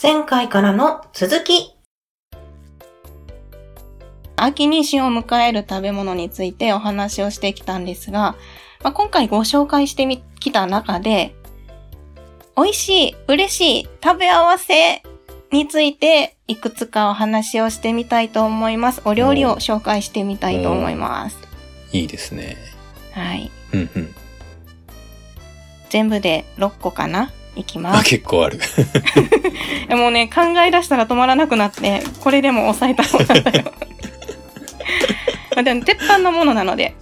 前回からの続き。秋に旬を迎える食べ物についてお話をしてきたんですが、まあ、今回ご紹介してみきた中で、美味しい、嬉しい、食べ合わせについていくつかお話をしてみたいと思います。お料理を紹介してみたいと思います。いいですね。はい。うんうん。全部で6個かないきまあ、す。結構ある。えもうね、考え出したら止まらなくなって、これでも抑えた方なんだよ。 まあでも、鉄板のものなので、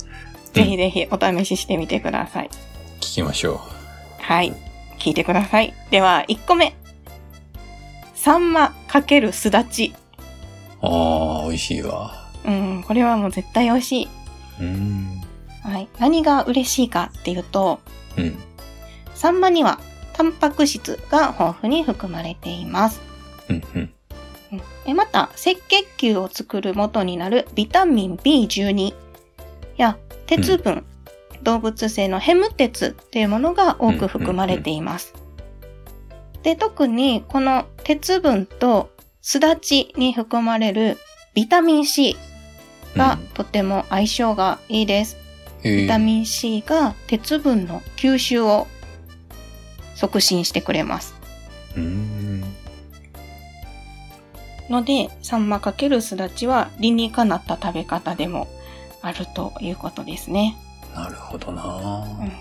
ぜひぜひお試ししてみてください。聞きましょはい。聞いてください。では、1個目。サンマ×すだち。う。ああ、美味しいわ。うん、これはもう絶対美味しい。うーん。はい。何が嬉しいかっていうと、うん。サンマには、タンパク質が豊富に含まれています。うんうん。うんでまた赤血球を作る元になるビタミン B12 や鉄分、動物性のヘム鉄っていうものが多く含まれています。で特にこの鉄分とすだちに含まれるビタミン C がとても相性がいいです。ビビタン。ミン C が鉄分の吸収を促進してくれます。うーん。ので、サンマ×すだちは理にかなった食べ方でもあるということですね。なるほどなうーん。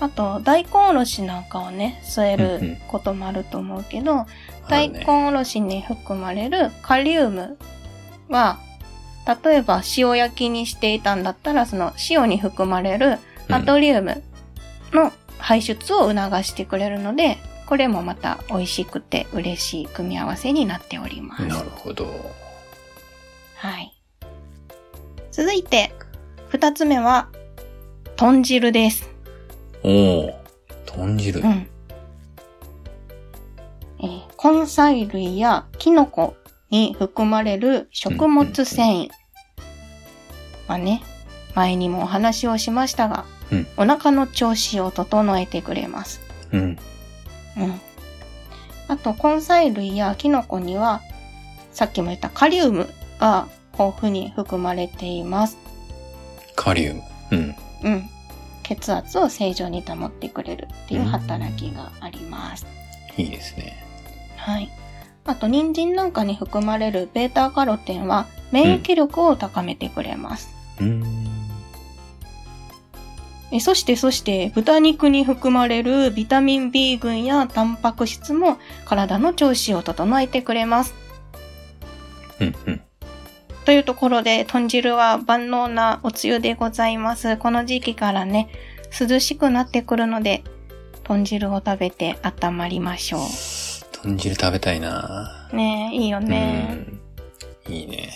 あと、大根おろしなんかをね、添えうんうんることもあると思うけど、あ大るね根おろしに含まれるカリウムは、例えば塩焼きにしていたんだったら、その塩に含まれるナトリウムの排出を促してくれるので、これもまた美味しくて嬉しい組み合わせになっております。なるほど。はい。続いて、二つ目は、豚汁です。おお。豚汁。ううんん。えー根菜類やキノコに含まれる食物繊維はね、前にもお話をしましたが、うんお腹の調子を整えてくれます。うん。うん。あと、根菜類やキノコには、さっきも言ったカリウムが豊富に含まれています。カリウム。うん。うん。血圧を正常に保ってくれるっていう働きがあります。いいですね。はい。あと、人参なんかに含まれるベータカロテンは、免疫力を高めてくれます。うーん。えそして、そして、豚肉に含まれるビタミン B 群やタンパク質も体の調子を整えてくれます。うんうん。というところで、豚汁は万能なおつゆでございます。この時期からね、涼しくなってくるので、豚汁を食べて温まりましょ豚汁食べたいなう。ねえ、いいよーね。うん。いいね。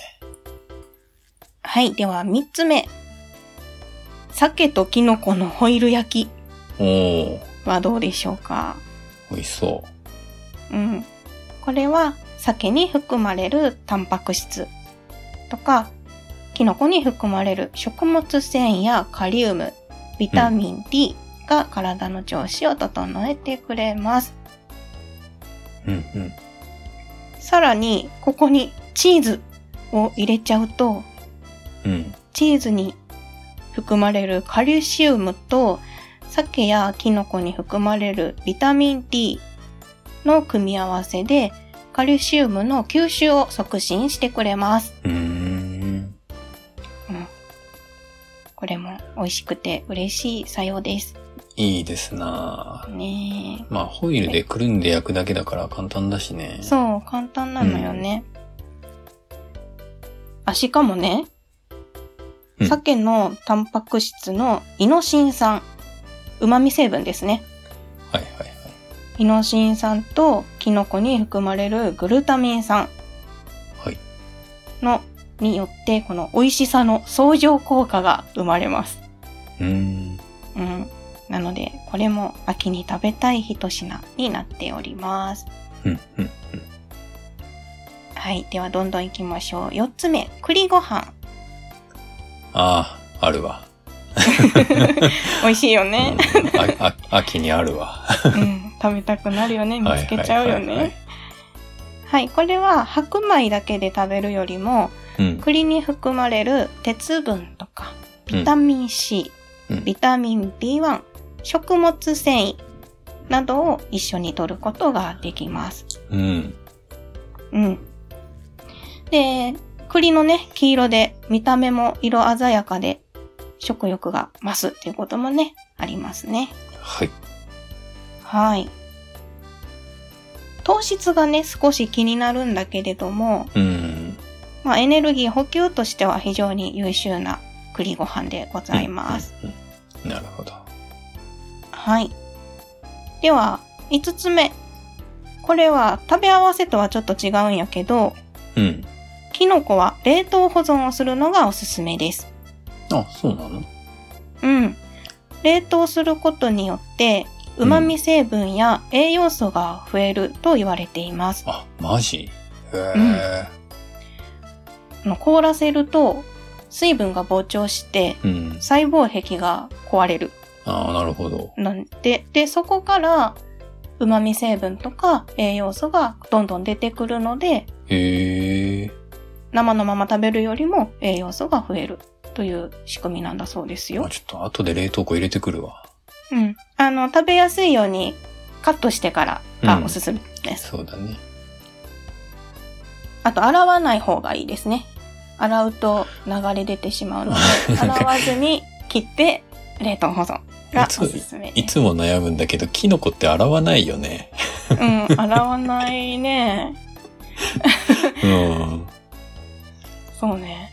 はい、では3つ目。鮭とキノコのホイル焼きおお。はどうでしょうか美味しそう。うん。これは、鮭に含まれるタンパク質とか、キノコに含まれる食物繊維やカリウム、ビタミン D が体の調子を整えてくれます。うんうん。さらに、ここにチーズを入れちゃうと、うん。チーズに含まれるカルシウムと、鮭やキノコに含まれるビタミン D の組み合わせで、カルシウムの吸収を促進してくれます。うーん。これも美味しくて嬉しい作用です。いいですなねーまあ、ホイルでくるんで焼くだけだから簡単だしねえ。。そう、簡単なのよね。あ、しかもね、うん鮭のタンパク質のイノシン酸、旨味成分ですね。はいはいはい。イノシン酸とキノコに含まれるグルタミン酸はいのによってこの美味しさの相乗効果が生まれます。うーん。うん、なのでこれも秋に食べたい一品になっております。うんうん。はい、ではどんどん行きましょう。4つ目、栗ご飯。ああ、あるわ。美味しいよね。うんああ秋にあるわ。うん、食べたくなるよね。見つけちゃうよはいはいはいはねい。はい、これは白米だけで食べるよりも、うん。栗に含まれる鉄分とか、ビタミン C、うんビタミン B1、食物繊維などを一緒に摂ることができます。うん。うん。で、栗のね、黄色で見た目も色鮮やかで食欲が増すっていうこともね、ありますね。はい。はい。糖質がね、少し気になるんだけれども、うん。まあ、エネルギー補給としては非常に優秀な栗ご飯でございます。うん。なるほど。はい。では、5つ目。これは食べ合わせとはちょっと違うんやけど、うん。キノコは冷凍保存をするのがおすすめです。あ、そうなのうん。冷凍することによって、うん旨味成分や栄養素が増えると言われています。あ、マジへえ。あの凍らせると、水分が膨張して、うん。細胞壁が壊れる。ああ、なるほど。なんで、で、そこから、旨味成分とか栄養素がどんどん出てくるので、へえ。生のまま食べるよりも栄養素が増えるという仕組みなんだそうですよあ、。ちょっと後で冷凍庫入れてくるわ。うん。あの、食べやすいようにカットしてからがうんおすすめです。そうだね。あと、洗わない方がいいですね。洗うと流れ出てしまうので、洗わずに切って冷凍保存がいおつすすめいです。つも悩むんだけど、キノコって洗わないよね。うん、洗わないね。うん。そうね。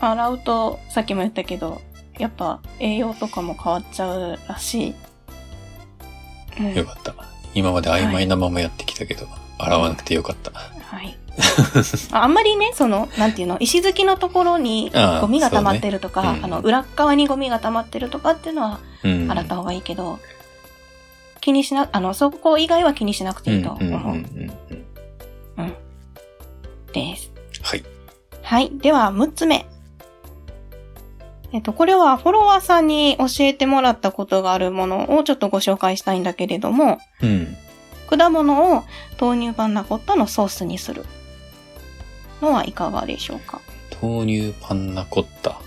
洗うと、さっきも言ったけど、やっぱ栄養とかも変わっちゃうらしい。うん、よかった。今まで曖昧なままやってきたけど、洗わなくてよかった。はい。ああんまりね、その、なんていうの、石突きのところにああゴミが溜まってるとそうか、ねうんあの、裏っ側にゴミが溜まってるとかっていうのはうん。洗った方がいいけど、気にしな、あの、そこ以外は気にしなくていいとうんうんうんう思うんうん。です。はい。はい。では、6つ目。えっと、これはフォロワーさんに教えてもらったことがあるものをちょっとご紹介したいんだけれども、うん。果物を豆乳パンナコッタのソースにするのはいかがでしょうか豆乳パンナコッタ。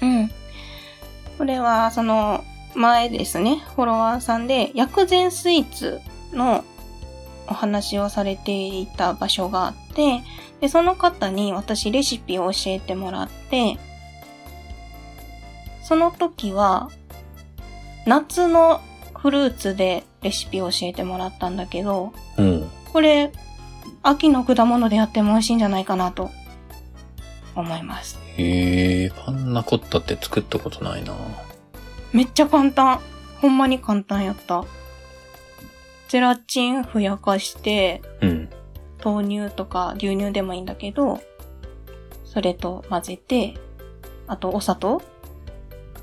うん。これは、その、前ですね、フォロワーさんで、薬膳スイーツのお話をされていた場所があって、で、その方に私レシピを教えてもらって、その時は、夏のフルーツでレシピを教えてもらったんだけど、うん。これ、秋の果物でやっても美味しいんじゃないかなと思います。へえ、パンナコッタって作ったことないな。めっちゃ簡単。ほんまに簡単やった。ゼラチンふやかして、うん。豆乳とか牛乳でもいいんだけど、それと混ぜて、あとお砂糖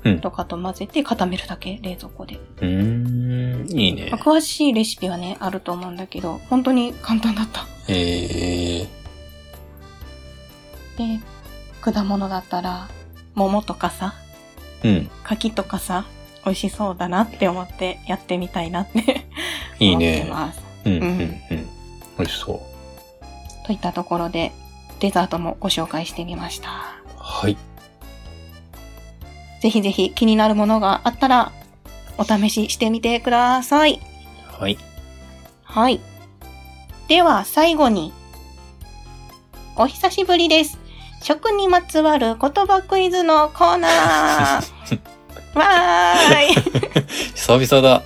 うんとかと混ぜて固めるだけ、冷蔵庫で。うーん。いいねまあ。詳しいレシピはね、あると思うんだけど、本当に簡単だった。へえ。で、果物だったら、桃とかさ、うん。柿とかさ、美味しそうだなって思ってやってみたいなってい思いっねて。ます。うんうんううんん。美味しそう。といったところでデザートもご紹介してみました。はい。ぜひぜひ気になるものがあったらお試ししてみてください。はい。はい。では最後に、お久しぶりです。食にまつわる言葉クイズのコーナー わー久々だ。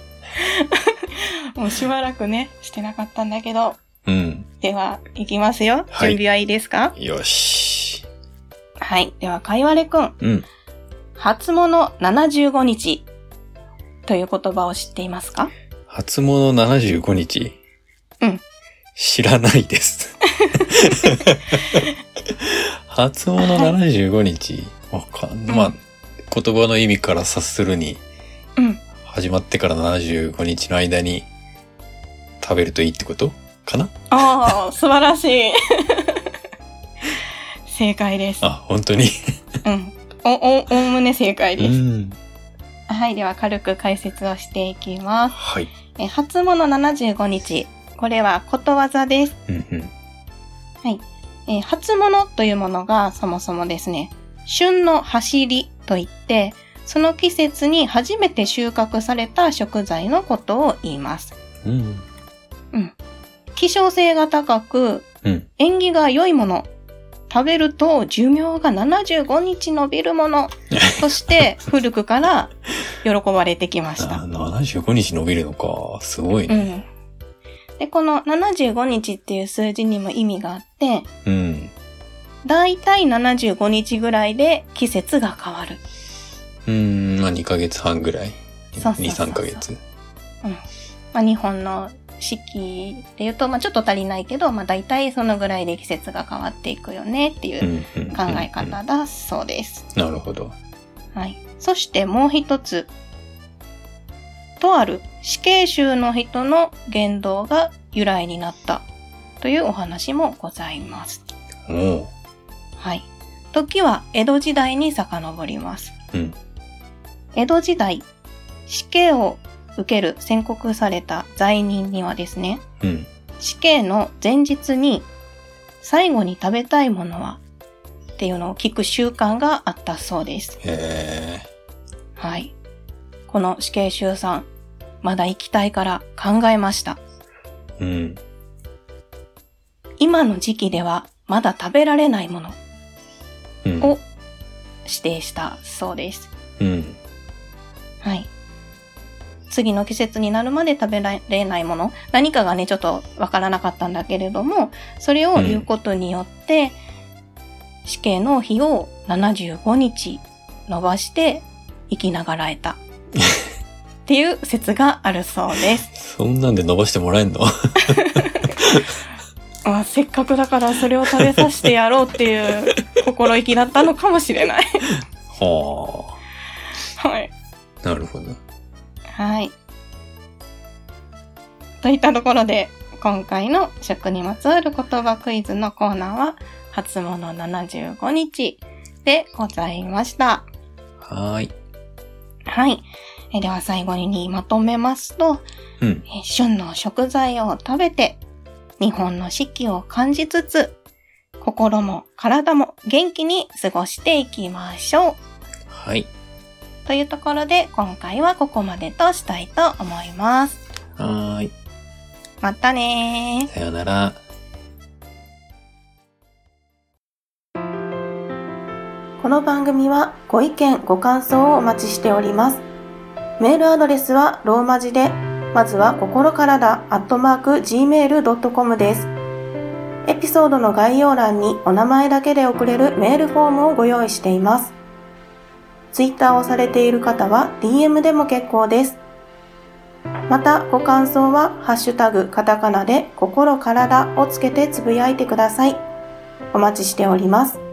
いもうしばらくね、してなかったんだけど。うん。では、いきますよ。は準い備はいいですかよし。はい。では、かいわれくん。うん。初物75日という言葉を知っていますか初物75日。うん。知らな いです。初物75日。わかん、まあ、言葉の意味から察するに、うん。始まってから75日の間に食べるといいってことかなああ、素晴らしい。 正解です。あ、本当に。うん。お、お、おおむね正解うです。ん。はい、では軽く解説をしていきます。はい。えー初物75日。これはことわざです。うんうん。えー初物というものがそもそもですね、旬の走りといって、その季節に初めて収穫された食材のことを言います。うん。希少性が高く、うん。縁起が良いもの。食べると寿命が75日伸びるもの。として古くから喜ばれてきましたあ。75日伸びるのか。すごいうね。ん。で、この75日っていう数字にも意味があって、うん。だいたい75日ぐらいで季節が変わる。うん、まあ2ヶ月半ぐらい。そうそうそう2、3ヶ月。まあ、日本の四季っていうと、まあ、ちょっと足りないけど、まあ、だいたいそのぐらいで季節が変わっていくよねっていううんうんうん考え方だそうです。なるほど。はい。そしてもう一つ。とある死刑囚の人の言動が由来になったというお話もございます。おう。はい。時は江戸時代に遡ります。うん江戸時代、死刑を受ける宣告された罪人にはですね、うん。死刑の前日に最後に食べたいものはっていうのを聞く習慣があったそうです。へはい。この死刑囚さん、まだ生きたいから考えました。え。うん。今の時期ではまだ食べられないものをうん。お指定したそうです。うん。はい。次の季節になるまで食べられないもの、何かがね、ちょっとわからなかったんだけれども、それを言うことによって、死刑の日を75日伸ばして生きながらえた。っていう説があるそうです。そんなんで伸ばしてもらえんの まあ、せっかくだからそれを食べさせてやろうっていう 心意気だったのかもしれない。ははい。あ。なるほど。はい。といったところで、今回の食にまつわる言葉クイズのコーナーは、初物75日でございました。はーい。はい。えでは最後にまとめますと、うん。え旬の食材を食べて、日本の四季を感じつつ、心も体も元気に過ごしていきましょう。はい。というところで、今回はここまでとしたいと思います。はーい。またねー。さよなら。この番組はご意見、ご感想をお待ちしております。メールアドレスはローマ字で、まずは心からだ、アットマーク、gmail.com です。エピソードの概要欄にお名前だけで送れるメールフォームをご用意しています。ツイッターをされている方は DM でも結構です。また、ご感想は、ハッシュタグ、カタカナで、心からだをつけてつぶやいてください。お待ちしております。